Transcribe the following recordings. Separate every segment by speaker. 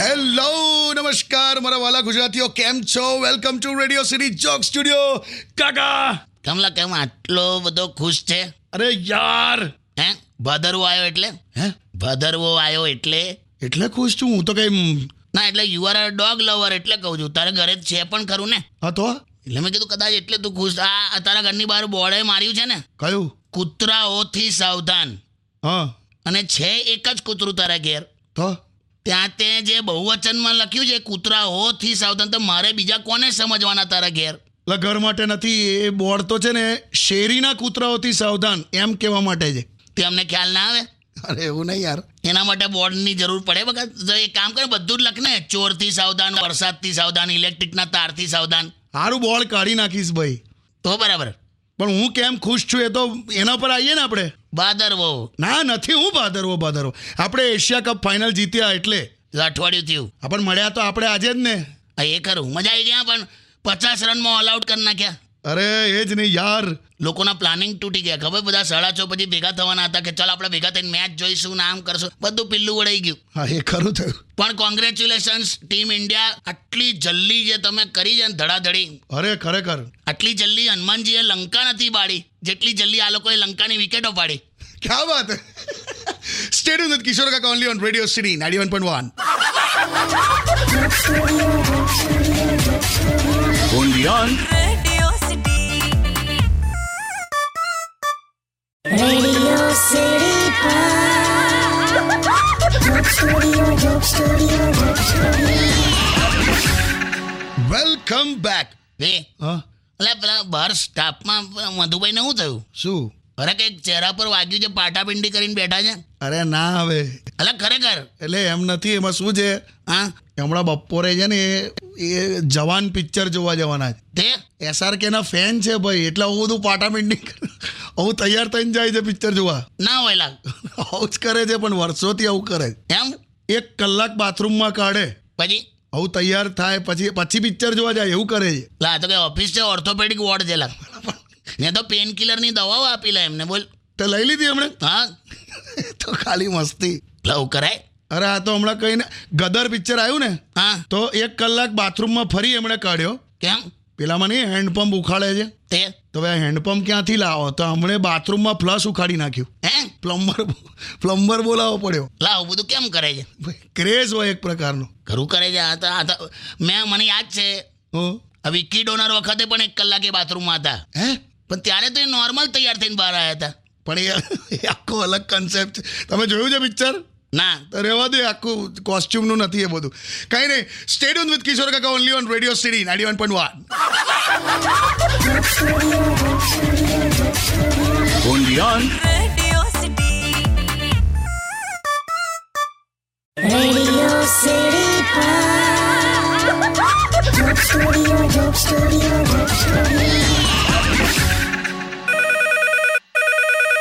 Speaker 1: Hello નમસ્કાર મારા વાલા ગુજરાતીઓ કેમ છો welcome to Radio City joke studio કાકા
Speaker 2: કમલા કેમ આટલો બધો ખુશ છે
Speaker 1: અરે યાર
Speaker 2: હે ભાદરવો આવ્યો એટલે
Speaker 1: હે
Speaker 2: ભાદરવો આવ્યો એટલે
Speaker 1: એટલે ખુશ છું હું તો કઈ
Speaker 2: ના એટલે યુ આર ડોગ લવર એટલે કહું છું તારા ઘરે છે પણ ખરું ને
Speaker 1: હા તો
Speaker 2: એટલે મેં કીધું કદાચ એટલે તું ખુશ આ તારા ઘરની બહાર બોળે માર્યું છે ને
Speaker 1: કયું
Speaker 2: કૂતરાઓથી સાવધાન
Speaker 1: હા
Speaker 2: અને છે એક જ કૂતરું તારા ઘેર
Speaker 1: તો
Speaker 2: ત્યાં તે જે બહુવચનમાં લખ્યું છે કૂતરાઓથી સાવધાન તો મારે બીજા કોને સમજવાના તારા ઘેર
Speaker 1: એટલે ઘર માટે નથી એ બોર્ડ તો છે ને શેરીના કૂતરાઓથી સાવધાન એમ કહેવા માટે છે
Speaker 2: તે અમને ખ્યાલ ના આવે
Speaker 1: અરે એવું નહીં યાર
Speaker 2: એના માટે બોર્ડની જરૂર પડે વખત તો એક કામ કરે બધું જ લખને ચોરથી સાવધાન વરસાદથી સાવધાન ઇલેક્ટ્રિકના તારથી સાવધાન
Speaker 1: સારું બોર્ડ કાઢી નાખીશ ભાઈ
Speaker 2: તો બરાબર
Speaker 1: પણ હું કેમ ખુશ છું એ તો એના પર આવીએ ને આપણે
Speaker 2: બાદરવો
Speaker 1: ના નથી હું બાદરવો બાદરવો આપણે એશિયા કપ ફાઇનલ જીત્યા એટલે
Speaker 2: જો અઠવાડિયું થયું
Speaker 1: આપણ મળ્યા તો આપણે આજે જ ને
Speaker 2: આ એ ખરું મજા આવી ગયા પણ પચાસ રનમાં ઓલ આઉટ કરી નાખ્યા
Speaker 1: અરે એ જ નહીં યાર
Speaker 2: લોકોના પ્લાનિંગ તૂટી ગયા ખબર બધા સાડા છ પછી ભેગા થવાના હતા કે ચાલ આપણે ભેગા થઈને મેચ જોઈશું ને આમ કરશું બધું પિલ્લું વળાઈ ગયું
Speaker 1: હા એ ખરું થયું
Speaker 2: પણ કોંગ્રેચ્યુલેશન્સ ટીમ ઇન્ડિયા આટલી જલ્દી જે તમે કરી છે ને ધડાધડી
Speaker 1: અરે ખરેખર
Speaker 2: આટલી જલ્દી હનુમાનજીએ લંકા નથી બાળી જેટલી જલ્દી આ લોકોએ લંકાની વિકેટો પાડી
Speaker 1: ક્યા વાત સ્ટેડ વિથ કિશોર કાકા only on Radio City ninety one point one
Speaker 3: only on
Speaker 4: Radio City.
Speaker 1: Welcome back
Speaker 2: એ
Speaker 1: હા
Speaker 2: એટલે પેલા બહાર સ્ટાફમાં મધુભાઈને શું થયું
Speaker 1: શું
Speaker 2: અરે કંઈક ચહેરા પર વાગ્યું છે પાટાપિંડી કરીને બેઠા છે
Speaker 1: અરે ના હવે
Speaker 2: અલા ખરેખર
Speaker 1: એટલે એમ નથી એમાં શું છે
Speaker 2: હા
Speaker 1: હમણાં બપોરે છે ને એ એ જવાન પિક્ચર જોવા જવાના છે
Speaker 2: તે
Speaker 1: એસઆરકેના ફેન છે ભાઈ એટલે હું બધું પાટામિન્ડિંગ આવું તૈયાર થઈને જાય છે પિક્ચર જોવા
Speaker 2: ના હોય લાગ
Speaker 1: આવું જ કરે છે પણ વર્ષોથી આવું કરે છે
Speaker 2: એમ
Speaker 1: એક કલાક બાથરૂમમાં કાઢે
Speaker 2: પછી
Speaker 1: આવું તૈયાર થાય પછી પછી પિક્ચર જોવા જાય એવું કરે છે
Speaker 2: લા આ તો કે ઓફિસ છે ઓર્થોપેડિક વોર્ડ છે લાગ ને તો પેન કિલરની દવાઓ આપી લે એમને બોલ
Speaker 1: તે લઈ લીધી એમણે
Speaker 2: હા
Speaker 1: તો ખાલી મસ્તી
Speaker 2: લવ કરાય
Speaker 1: અરે આ તો હમણાં કહીને ગદર પિક્ચર આવ્યું ને
Speaker 2: હા
Speaker 1: તો એક કલાક બાથરૂમમાં ફરી એમણે કાઢ્યો
Speaker 2: કેમ
Speaker 1: પેલામાં નહીં હેન્ડપંપ ઉખાડે છે
Speaker 2: તે
Speaker 1: તો હવે હેન્ડપંપ ક્યાંથી લાવો તો હમણે બાથરૂમમાં ફ્લશ ઉખાડી નાખ્યું
Speaker 2: હે
Speaker 1: પ્લમ્બર પ્લમ્બર બોલાવવો પડ્યો
Speaker 2: લા આવું બધું કેમ કરે છે
Speaker 1: ક્રેઝ હોય એક પ્રકારનો
Speaker 2: ખરું કરે છે આ તો આ તો મેં મને યાદ છે
Speaker 1: હં.
Speaker 2: આ વિકી ડોનર વખતે પણ એક કલાકે બાથરૂમમાં હતા
Speaker 1: હે
Speaker 2: પણ ત્યારે તો એ નોર્મલ તૈયાર થઈને બહાર આવ્યા હતા
Speaker 1: પણ એ- એ આખો અલગ કન્સેપ્ટ છે તમે જોયું છે પિક્ચર
Speaker 2: ના
Speaker 1: તો રહેવા દે આખું કોસ્ચ્યુમનું નથી એ બધું કંઈ નહીં સ્ટેડિયમ વિથ કિશોર કાકા only on Radio City ninety one point one
Speaker 3: only on
Speaker 4: Radio City.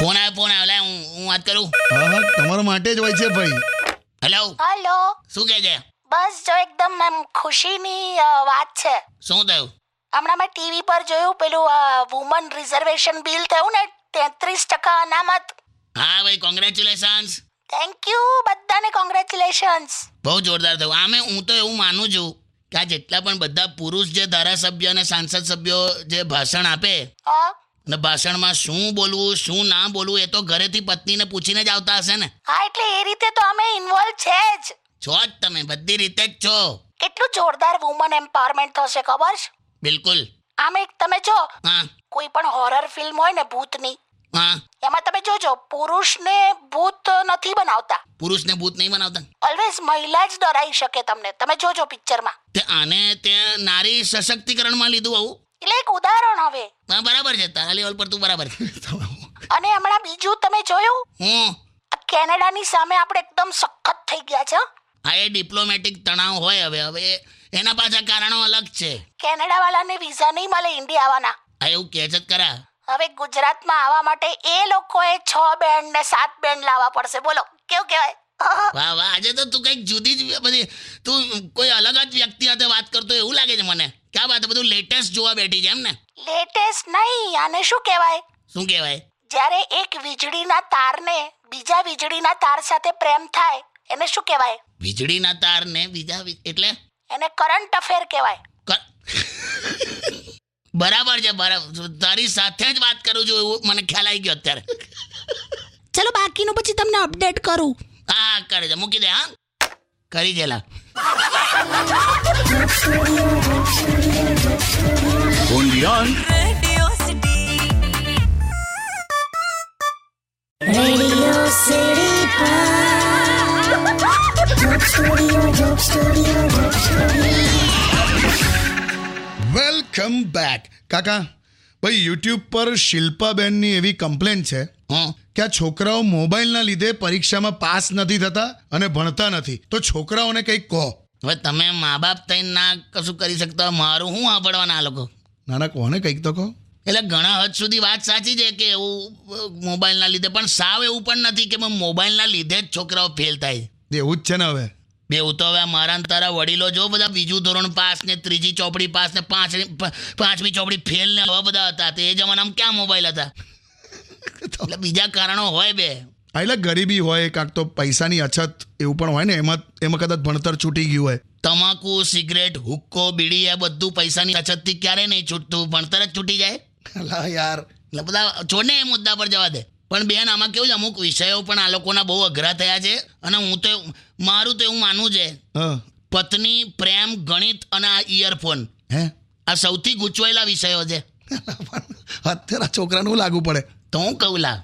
Speaker 2: Phone આવ્યો ફોન આવ્યો લે હું હું વાત કરું
Speaker 1: હા હા તમારા માટે જ હોય છે ભાઈ
Speaker 2: હેલો
Speaker 5: હલો
Speaker 2: શું કહે છે
Speaker 5: બસ જો એકદમ આમ ખુશીની અ, વાત છે
Speaker 2: શું થયું
Speaker 5: હમણાં મેં ટીવી પર જોયું પેલું વુમન રિઝર્વેશન બિલ થયું ને તેત્રીસ ટકા અનામત
Speaker 2: હા ભાઈ કોંગ્રેચ્યુલેશન્સ
Speaker 5: થેન્ક યુ બધાને કોંગ્રેચ્યુલેશન્સ
Speaker 2: બહુ જોરદાર થયું આમે હું તો એવું માનું છું કે આ જેટલા પણ બધા પુરુષ જે ધારાસભ્ય અને સાંસદ સભ્યો જે ભાષણ આપે
Speaker 5: હા
Speaker 2: અને ભાષણમાં શું બોલવું શું ના બોલવું એ તો ઘરેથી પત્નીને પૂછીને જ આવતા હશે ને
Speaker 5: હા એટલે એ રીતે તો અમે ઇન્વોલ્વ છે જ
Speaker 2: છો જ તમે બધી રીતે જ છો
Speaker 5: કેટલું જોરદાર વુમન એમ્પાવરમેન્ટ થશે ખબર છે
Speaker 2: બિલકુલ
Speaker 5: આમ એક તમે જો
Speaker 2: હા
Speaker 5: કોઈ પણ હોરર ફિલ્મ હોય ને ભૂતની
Speaker 2: હા
Speaker 5: એમાં તમે જોજો પુરુષને ભૂત નથી બનાવતા
Speaker 2: પુરુષને ભૂત નહીં બનાવતા
Speaker 5: ઓલવેઝ મહિલા જ ડરાઈ શકે તમને તમે જોજો પિક્ચરમાં
Speaker 2: તે આને તે નારી સશક્તિકરણમાં લીધું આવું
Speaker 5: એટલે એક ઉદાહરણ હવે
Speaker 2: પણ બરાબર છે તારા લેવલ પર તું બરાબર છે
Speaker 5: અને હમણાં બીજું તમે જોયું
Speaker 2: હું
Speaker 5: આ કેનેડાની સામે આપણે એકદમ સખત થઈ ગયા છે હો.
Speaker 2: આ એ ડિપ્લોમેટિક તણાવ હોય હવે હવે એ- એના પાછા કારણો અલગ છે
Speaker 5: કેનેડાવાળાને વિઝા નહીં મળે ઇન્ડિયા આવવાના
Speaker 2: આ એવું કહે છે જ ખરા
Speaker 5: હવે ગુજરાતમાં આવવા માટે એ લોકોએ છ બેન્ડ ને સાત બેન્ડ લાવવા પડશે બોલો કેવું કહેવાય
Speaker 2: વાહ વાહ આજે તો તું કંઈક જુદી જ બધી તું કોઈ અલગ જ વ્યક્તિ સાથે વાત કરતો એવું લાગે છે મને ક્યાં વાત છે? બધું લેટેસ્ટ જોવા બેઠી છે એમ ને
Speaker 5: લેટેસ્ટ નહીં આને શું કહેવાય
Speaker 2: શું કહેવાય
Speaker 5: જ્યારે એક વીજળીના તારને બીજા વીજળીના તાર સાથે પ્રેમ થાય એને શું કહેવાય
Speaker 2: વીજળીના તારને બીજા વી- એટલે
Speaker 5: એને કરંટ અફેર કહેવાય
Speaker 2: કર- બરાબર છે બરાબર તારી સાથે જ વાત કરું છું એવું મને ખ્યાલ આવી ગયો અત્યારે
Speaker 5: ચલો બાકીનું પછી તમને અપડેટ કરું
Speaker 2: હા કરે છે મૂકી દે હા કરી દેલા
Speaker 3: only on
Speaker 4: Radio City.
Speaker 1: Welcome back કાકા ભાઈ યુટ્યુબ પર શિલ્પાબેનની એવી કમ્પ્લેન છે
Speaker 2: હું
Speaker 1: કે આ છોકરાઓ મોબાઈલના લીધે પરીક્ષામાં પાસ નથી થતા અને ભણતા નથી તો છોકરાઓને કંઈક કહો
Speaker 2: હવે તમે મા બાપ થઈને ના કશું કરી શકતા હોય, મારું શું સાંભળવાના આ લોકો
Speaker 1: નાના કોને કંઈક તો કહો
Speaker 2: એટલે ઘણા હદ સુધી વાત સાચી છે કે એવું અ, મોબાઈલના લીધે પણ સાવ એવું પણ નથી કે મ- મોબાઈલના લીધે જ છોકરાઓ ફેલ થાય છે.
Speaker 1: એવું જ છે ને હવે
Speaker 2: બેઉ તો હવે મારા ને તારા વડીલો જો બધા બીજું ધોરણ પાસ ને ત્રીજી ચોપડી પાસ ને પાંચમી પ- પાંચમી ચોપડી ફેલ ને આવા બધા હતા તે જમાનામાં ક્યાં મોબાઈલ હતા એટલે બીજા કારણો હોય બે
Speaker 1: હા, એટલે ગરીબી હોય કાંક તો પૈસાની અછત એવું પણ હોય ને એમાં એમાં કદાચ ભણતર છૂટી ગયું હોય
Speaker 2: તમાકુ સિગરેટ હુક્કો બીડી આ બધું પૈસાની અછતથી ક્યારેય નહીં છૂટતું ભણતર જ છૂટી જાય
Speaker 1: અલા યાર
Speaker 2: એટલે બધા છોડને એ મુદ્દા પર જવા દે પણ બેન આમાં કેવું છે અમુક વિષયો પણ આ લોકોના બહુ અઘરા થયા છે અને હું તો એવું- મારું તો એવું માનવું છે
Speaker 1: હા
Speaker 2: પત્ની પ્રેમ ગણિત અને આ ઇયરફોન
Speaker 1: હે
Speaker 2: આ સૌથી ગૂંચવાયેલા વિષયો છે
Speaker 1: અત્યારે આ છોકરાને હું લાગુ પડે
Speaker 2: તો હું કહું લા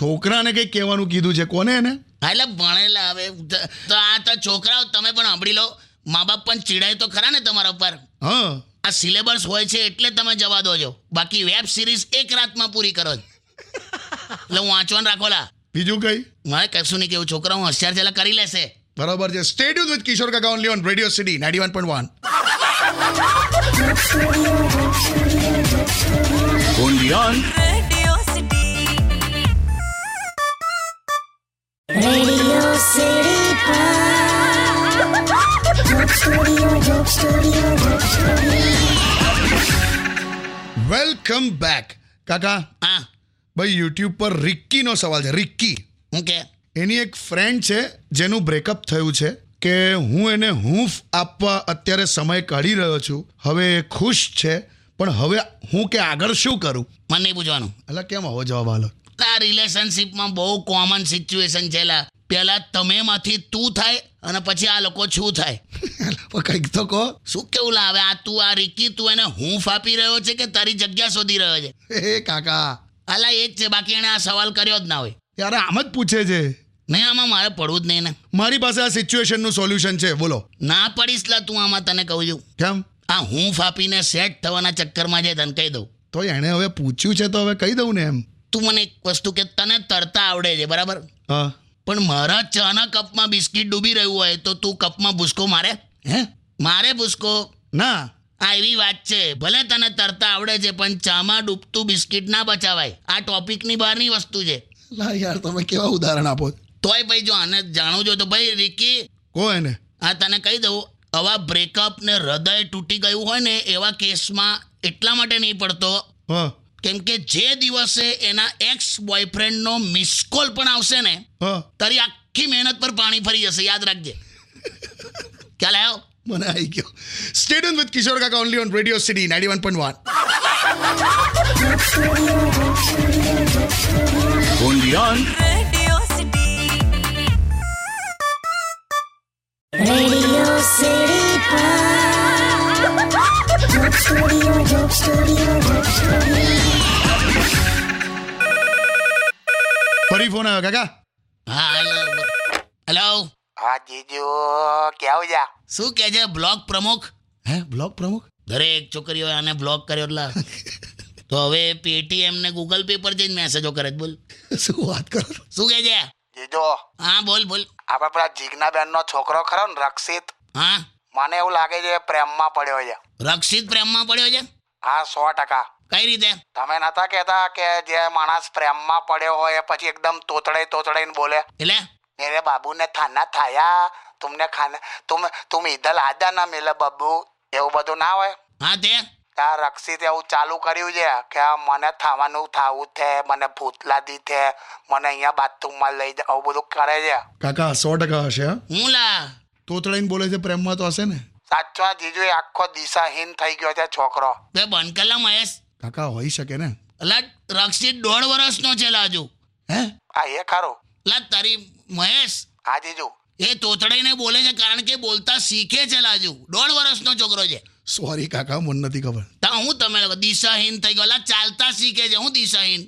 Speaker 1: છોકરાને કંઈક કહેવાનું કીધું છે કોને એને
Speaker 2: હા એટલે ભણેલા હવે ત- તો આ તો છોકરાઓ તમે પણ સાંભળી લો મા બાપ પણ ચીડાય તો ખરા ને તમારા ઉપર
Speaker 1: હા
Speaker 2: આ સિલેબસ હોય છે એટલે તમે જવા દો છો બાકી વેબ સિરીઝ એક રાતમાં પૂરી કરો છો એટલે હું વાંચવાનું રાખો લા
Speaker 1: બીજું કંઈ
Speaker 2: મારે કશું નહીં કેવું છોકરા હું હોશિયાર છે એટલે કરી લેશે
Speaker 1: બરાબર છે સ્ટેડ વિથ કિશોર કાકા only on Radio City ninety one point one
Speaker 3: only on
Speaker 4: Radio City.
Speaker 1: Welcome back કાકા
Speaker 2: હા
Speaker 1: ભાઈ યુટ્યુબ પર રિક્કીનો સવાલ છે રિક્કી
Speaker 2: હું કે
Speaker 1: એની એક ફ્રેન્ડ છે જેનું બ્રેકઅપ થયું છે કે હું એને હૂંફ આપવા અત્યારે સમય કાઢી રહ્યો છું હવે એ ખુશ છે પણ હવે હું કે આગળ શું કરું
Speaker 2: મને નહીં પૂછવાનું
Speaker 1: એટલે કેમ આવો જવાબ આલો
Speaker 2: આ રિલેશનશિપમાં બહુ કોમન સિચ્યુએશન છે લા પહેલાં તમેમાંથી તું થાય અને પછી આ લોકો છું થાય
Speaker 1: પણ કંઈક તો કહો
Speaker 2: શું કેવું લાવે આ તું આ રીકી તું એને હું ફાપી રહ્યો છે કે તારી જગ્યા શોધી રહ્યો છે
Speaker 1: એ કાકા
Speaker 2: આલા એ જ છે બાકી એણે આ સવાલ કર્યો જ ના હોય
Speaker 1: ત્યારે આમ જ પૂછે છે
Speaker 2: નહીં આમાં મારે પડવું જ નહીં ને
Speaker 1: મારી પાસે આ સિચ્યુએશનનું સોલ્યુશન છે બોલો
Speaker 2: ના પડીશ લા તું આમાં તને કહું છું
Speaker 1: કેમ
Speaker 2: આ હું ફાપીને સેટ થવાના ચક્કરમાં છે તને કહી દઉં
Speaker 1: તો એણે હવે પૂછ્યું છે તો હવે કહી દઉં ને એમ
Speaker 2: તું મને એક વસ્તુ કે તને તરતા આવડે છે બરાબર
Speaker 1: હા
Speaker 2: પણ મારા ચાના કપમાં બિસ્કિટ ડૂબી રહ્યું હોય તો તું કપમાં ભૂસકો મારે
Speaker 1: હે
Speaker 2: મારે ભૂસકો
Speaker 1: ના
Speaker 2: આ એવી વાત છે ભલે તને તરતા આવડે છે પણ ચામાં ડૂબતું બિસ્કિટ ના બચાવાય આ ટોપિકની બહારની વસ્તુ છે
Speaker 1: લા યાર તમે કેવા ઉદાહરણ આપો
Speaker 2: તોય ભાઈ જો આને જાણવું જો તો ભાઈ રિકી
Speaker 1: કહો એને
Speaker 2: આ તને કહી દઉં આવા બ્રેકઅપ ને હૃદય તૂટી ગયું હોય ને એવા કેસમાં એટલા માટે નહીં પડતો
Speaker 1: હા
Speaker 2: કેમ કે જે દિવસે એના એક્સ બોયફ્રેન્ડનો મિસ કોલ પણ આવશે ને
Speaker 1: હા
Speaker 2: તારી આખી મહેનત પર પાણી ફરી જશે યાદ રાખજે ખ્યાલ આવ્યો
Speaker 1: મને આવી ગયો સ્ટેડિયમ વિથ કિશોર કાકા only on Radio City ninety one point one
Speaker 3: only on
Speaker 4: Radio City.
Speaker 1: ફરી ફોન આવ્યો કાકા
Speaker 2: હા હેલો હેલો
Speaker 6: હા જીજુ કેવું છે
Speaker 2: શું કહે છે બ્લોક પ્રમુખ
Speaker 1: હે બ્લોક પ્રમુખ
Speaker 2: દરેક છોકરીઓએ આને બ્લોક કર્યો એટલે તો હવે પેટીએમ ને ગૂગલ પે પર જઈને મેસેજો કરે છે બોલ
Speaker 1: શું વાત કરો છો?
Speaker 2: શું કહે છે
Speaker 6: જીજુ
Speaker 2: હા બોલ બોલ
Speaker 6: આપણે પેલા જીજ્ઞા બેનનો છોકરો ખરો ને રક્ષિત
Speaker 2: હા
Speaker 6: મને એવું લાગે છે એ પ્રેમમાં પડ્યો છે
Speaker 2: રક્ષિત પ્રેમમાં પડ્યો છે
Speaker 6: હા સો ટકા
Speaker 2: કઈ રીતે
Speaker 6: તમે નતા કહેતા કે જે માણસ પ્રેમમાં પડ્યો હોય એ પછી એકદમ તોતડાઈ તોતડાઈને બોલે
Speaker 2: એટલે
Speaker 6: મેરે બાબુને થાના થાયા તુમને ખાને તુમ તુમ ઇધર આદા ના મિલે બબ્બુ એવું બધું ના હોય
Speaker 2: હા તે
Speaker 6: આ રક્ષિતે આવું ચાલુ કર્યું છે કે આ મને થવાનું થાવું જ છે મને ભૂતલાદી છે મને અહીંયા બાથરૂમમાં લઈ જા આવું બધું કરે છે
Speaker 1: કાકા સો ટકા હશે હા
Speaker 2: હું લા
Speaker 1: તોતડાઈને બોલે છે પ્રેમમાં તો હશે ને
Speaker 6: સાચો આ જીજુ એ આખો દિશાહીન થઈ ગયો છે છોકરો
Speaker 2: તે બંધ કર લા મહેશ
Speaker 1: કાકા હોઈ શકે ને
Speaker 2: અલા રક્ષિત દોઢ વર્ષનો છે લાજુ
Speaker 1: હે
Speaker 6: હા એ ખરું
Speaker 2: લા તારી મહેશ
Speaker 6: હા જીજુ
Speaker 2: એ તોતડાઈને બોલે છે કારણ કે બોલતા શીખે છે લાજુ દોઢ વર્ષનો છોકરો છે
Speaker 1: સોરી કાકા મને નથી ખબર
Speaker 2: તા હું તમે લોકો દિશાહીન થઈ ગયો અલા ચાલતા શીખે છે હું દિશાહીન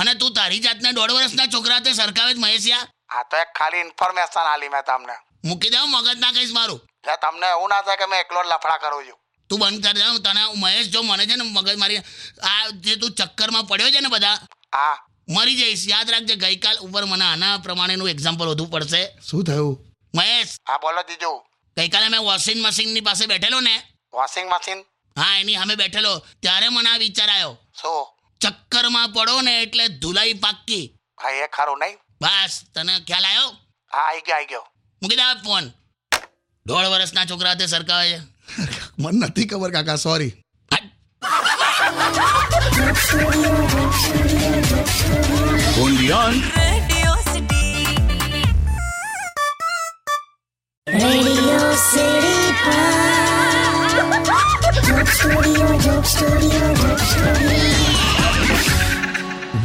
Speaker 2: અને તું તારી જાતને દોઢ વર્ષના છોકરા તે સરખાવે જ મહેશ યાર
Speaker 6: આ તો એક ખાલી ઇન્ફોર્મેશન આલી મેં તમને
Speaker 2: મૂકી દઉં મગજ ના કહીશ મારું
Speaker 6: એટલે તમને એવું ના થાય કે મેં એકલો જ લફડા કરું છું
Speaker 2: તું બંધ કરી દઉં તને મહેશ જો મને છે ને મગજ મારી આ જે તું ચક્કરમાં પડ્યો છે ને બધા
Speaker 6: હા
Speaker 2: મરી જઈશ યાદ રાખજે ગઈકાલ ઉપર મને આના પ્રમાણેનું એક્ઝામ્પલ વધુ પડશે
Speaker 1: શું થયું
Speaker 2: મહેશ
Speaker 6: હા બોલો જીજુ
Speaker 2: ગઈકાલે મેં વોશિંગ મશીનની પાસે બેઠેલો ને
Speaker 6: વોશિંગ મશીન
Speaker 2: હા એની સામે બેઠેલો ત્યારે મને આ વિચાર આવ્યો
Speaker 6: શું
Speaker 2: ચક્કરમાં પડો ને એટલે ધુલાઈ પાક્કી
Speaker 6: હા એ ખરું નહીં
Speaker 2: બસ તને ખ્યાલ આવ્યો
Speaker 6: હા આવી ગયો આવી ગયો
Speaker 2: મૂકી દે ફોન દોઢ વર્ષના છોકરા તે સરકાવે છે
Speaker 1: મને નથી ખબર કાકા સોરી
Speaker 2: હટ.
Speaker 3: only on
Speaker 4: Radio City.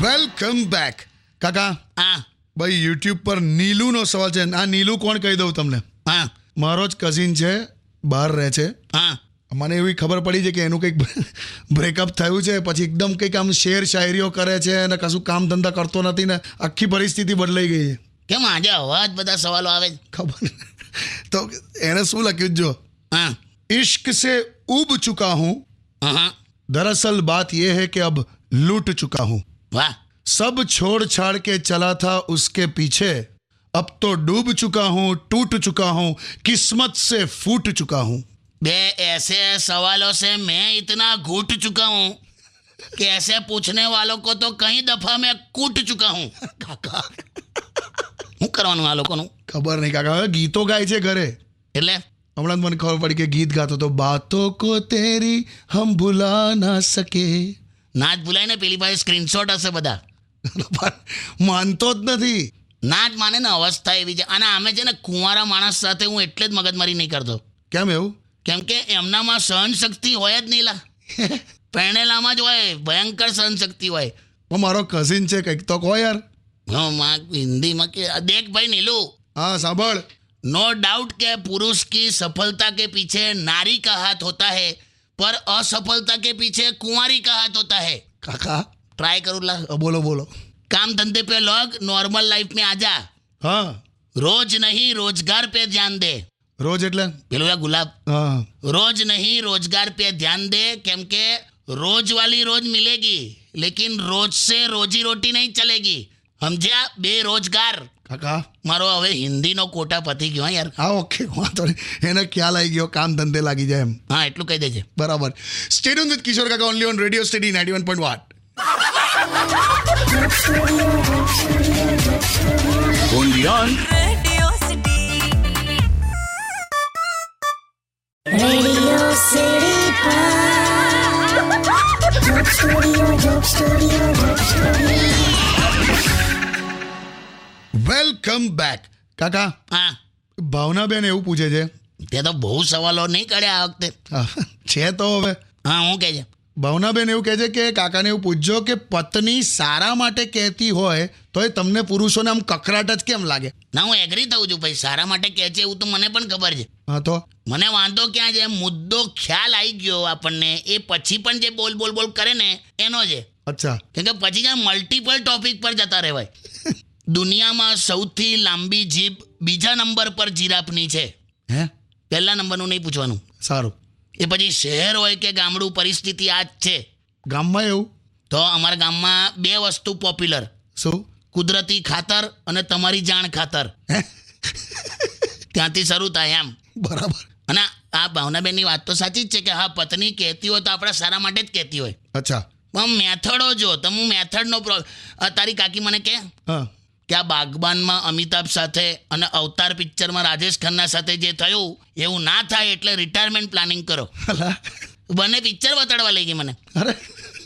Speaker 1: Welcome back કાકા
Speaker 2: હા
Speaker 1: ભાઈ યુટ્યુબ પર નીલુનો સવાલ છે આ નીલુ કોણ કહી દઉં તમને
Speaker 2: હા
Speaker 1: મારો જ કઝિન છે બહાર રહે છે
Speaker 2: હા
Speaker 1: મને એવી ખબર પડી છે કે એનું કંઈક બ્રેકઅપ થયું છે પછી એકદમ કંઈક આમ શેર શાયરીઓ કરે છે અને કશું કામ ધંધા કરતો નથી ને આખી પરિસ્થિતિ બદલાઈ ગઈ છે
Speaker 2: કેમ આજે અવાજ બધા સવાલો આવે છે?
Speaker 1: ખબર નહીં. તો એણે શું લખ્યું છે જો
Speaker 2: હા
Speaker 1: इश्क से उब चुका हूं
Speaker 2: હા હા
Speaker 1: दरअसल बात यह है कि अब लूट चुका हूं
Speaker 2: વાહ
Speaker 1: सब छोड़ छाड़ के चला था उसके पीछे अब तो डूब चुका हूं टूट चुका हूं किस्मत से फूट चुका हूं
Speaker 2: बे ऐसे सवालों से मैं इतना घुट चुका हूँ कि ऐसे पूछने वालों को तो कई दफा मैं कूट चुका हूँ
Speaker 1: કાકા
Speaker 2: હું કરવાનું આ લોકોનું
Speaker 1: ખબર નહીં કાકા હવે ગીતો ગાય છે ઘરે
Speaker 2: એટલે
Speaker 1: હમણાં જ મને ખબર પડી કે ગીત ગાતો તો બાતો કો તેરી હમ ભુલા ના સકે
Speaker 2: ના જ ભૂલાય ને પેલી પાસે સ્ક્રીનશોટ હશે બધા
Speaker 1: માનતો જ નથી
Speaker 2: ના જ માને ને અવસ્થા એવી છે અને આમે છે ને કુંવારા માણસ સાથે હું એટલે જ મગજમારી નહીં કરતો
Speaker 1: કેમ એવું
Speaker 2: કેમ કે એમનામાં સહનશક્તિ હોય જ નહીં લા પરણેલામાં જ હોય ભયંકર સહનશક્તિ હોય
Speaker 1: પણ મારો કઝિન છે કંઈક તો કહો યાર
Speaker 2: હું માં હિન્દીમાં કે દેખ ભાઈ નીલું
Speaker 1: હા સાંભળ
Speaker 2: नो डाउट के पुरुष की सफलता के पीछे नारी का हाथ होता है पर असफलता के पीछे कुंवारी का हाथ होता है
Speaker 1: કાકા
Speaker 2: ट्राई करूँ ला
Speaker 1: અ, બોલો બોलो
Speaker 2: काम धंधे पे लग नॉर्मल लाइफ में आजा
Speaker 1: હા
Speaker 2: रोज नहीं रोजगार पे ध्यान दे
Speaker 1: રોજ એટલે
Speaker 2: પેલું આ ગુલાબ
Speaker 1: હા
Speaker 2: रोज नहीं रोजगार पे ध्यान दे केम के रोज वाली रोज मिलेगी लेकिन रोज से रोजी रोटी नहीं चलेगी समझा बेरोजगार
Speaker 1: કાકા
Speaker 2: મારો હવે હિન્દીનો કોટા પતી ગયો હો યાર
Speaker 1: હા ઓકે વાંધો નહીં એને ખ્યાલ આવી ગયો કામ ધંધે લાગી જાય એમ
Speaker 2: હા એટલું કહી દેજે
Speaker 1: બરાબર સ્ટેડિયમ વિથ કિશોર કાકા only on Radio steady ninety one point વાટ
Speaker 3: only on
Speaker 4: Radio City.
Speaker 1: Welcome back કાકા
Speaker 2: હા
Speaker 1: ભાવનાબેન એવું પૂછે છે
Speaker 2: તે તો બહુ સવાલો નહીં કર્યા આ વખતે
Speaker 1: હા, છે તો હવે
Speaker 2: હા હું કહે છે
Speaker 1: ભાવનાબેન એવું કહે છે કે કાકાને એવું પૂછજો કે પત્ની સારા માટે કહેતી હોય તો એ તમને પુરુષોને આમ કકરાટ જ કેમ લાગે
Speaker 2: ના હું એગ્રી થઉં છું ભાઈ સારા માટે કહે છે એવું તો મને પણ ખબર છે
Speaker 1: હા તો
Speaker 2: મને વાંધો ક્યાં છે મુદ્દો ખ્યાલ આવી ગયો આપણને એ પછી પણ જે બોલ બોલ બોલ કરે ને એનો છે
Speaker 1: અચ્છા
Speaker 2: કેમ કે પછી જ્યાં મલ્ટિપલ ટોપિક પર જતા રહેવાય દુનિયામાં સૌથી લાંબી જીભ બીજા નંબર પર જીરાફની છે
Speaker 1: હે
Speaker 2: પહેલા નંબરનું નહીં પૂછવાનું
Speaker 1: સારું
Speaker 2: એ પછી શહેર હોય કે ગામડું પરિસ્થિતિ આ જ છે
Speaker 1: ગામમાં એવું
Speaker 2: તો અમારા ગામમાં બે વસ્તુ પોપ્યુલર
Speaker 1: શું
Speaker 2: કુદરતી ખાતર અને તમારી જાણ ખાતર
Speaker 1: હે
Speaker 2: ત્યાંથી શરૂ થાય એમ
Speaker 1: બરાબર
Speaker 2: અને આ ભાવનાબેનની વાત તો સાચી જ છે કે હા પત્ની કહેતી હોય તો આપણા સારા માટે જ કહેતી હોય
Speaker 1: અચ્છા
Speaker 2: પણ મેથડો જો તમે મેથડનો પ્રો અ, તારી કાકી મને કહે
Speaker 1: હા
Speaker 2: કે આ બાગબાનમાં અમિતાભ સાથે અને અવતાર પિક્ચરમાં રાજેશ ખન્ના સાથે જે થયું એવું ના થાય એટલે રિટાયરમેન્ટ પ્લાનિંગ કરો બંને પિક્ચર બતાડવા લઈ ગઈ મને
Speaker 1: અરે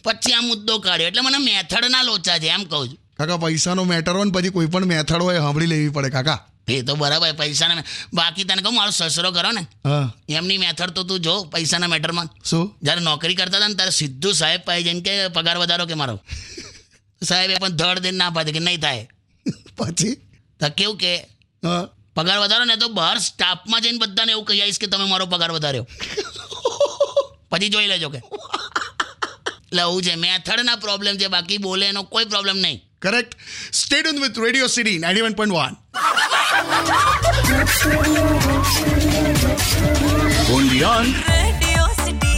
Speaker 2: પછી આ મુદ્દો કાઢ્યો એટલે મને મેથડના લોચા છે એમ કહું છું
Speaker 1: કાકા પૈસાનો મેટર હોય ને પછી કોઈ પણ મેથડ હોય એ સાંભળી લેવી પડે કાકા
Speaker 2: એ તો બરાબર પૈસાના મે- બાકી તને કહું મારો સસરો કરો ને
Speaker 1: હા
Speaker 2: એમની મેથડ તો તું જો પૈસાના મેટરમાં
Speaker 1: શું
Speaker 2: જ્યારે નોકરી કરતા હતા ને ત્યારે સીધું સાહેબ પાસે જેમ કે પગાર વધારો કે મારો સાહેબ એ પણ ધડ દઈને ના પાડી કે નહીં થાય
Speaker 1: પછી
Speaker 2: તો કેવું કે
Speaker 1: હા
Speaker 2: પગાર વધારો ને તો બહાર સ્ટાફમાં જઈને બધાને એવું કહી આવીશ કે તમે મારો પગાર વધાર્યો પછી જોઈ લેજો કે એટલે આવું છે મેથડના પ્રોબ્લેમ છે બાકી બોલે એનો કોઈ પ્રોબ્લેમ નહીં
Speaker 1: correct stayed with Radio City ninety one point one
Speaker 3: only on
Speaker 4: Radio City.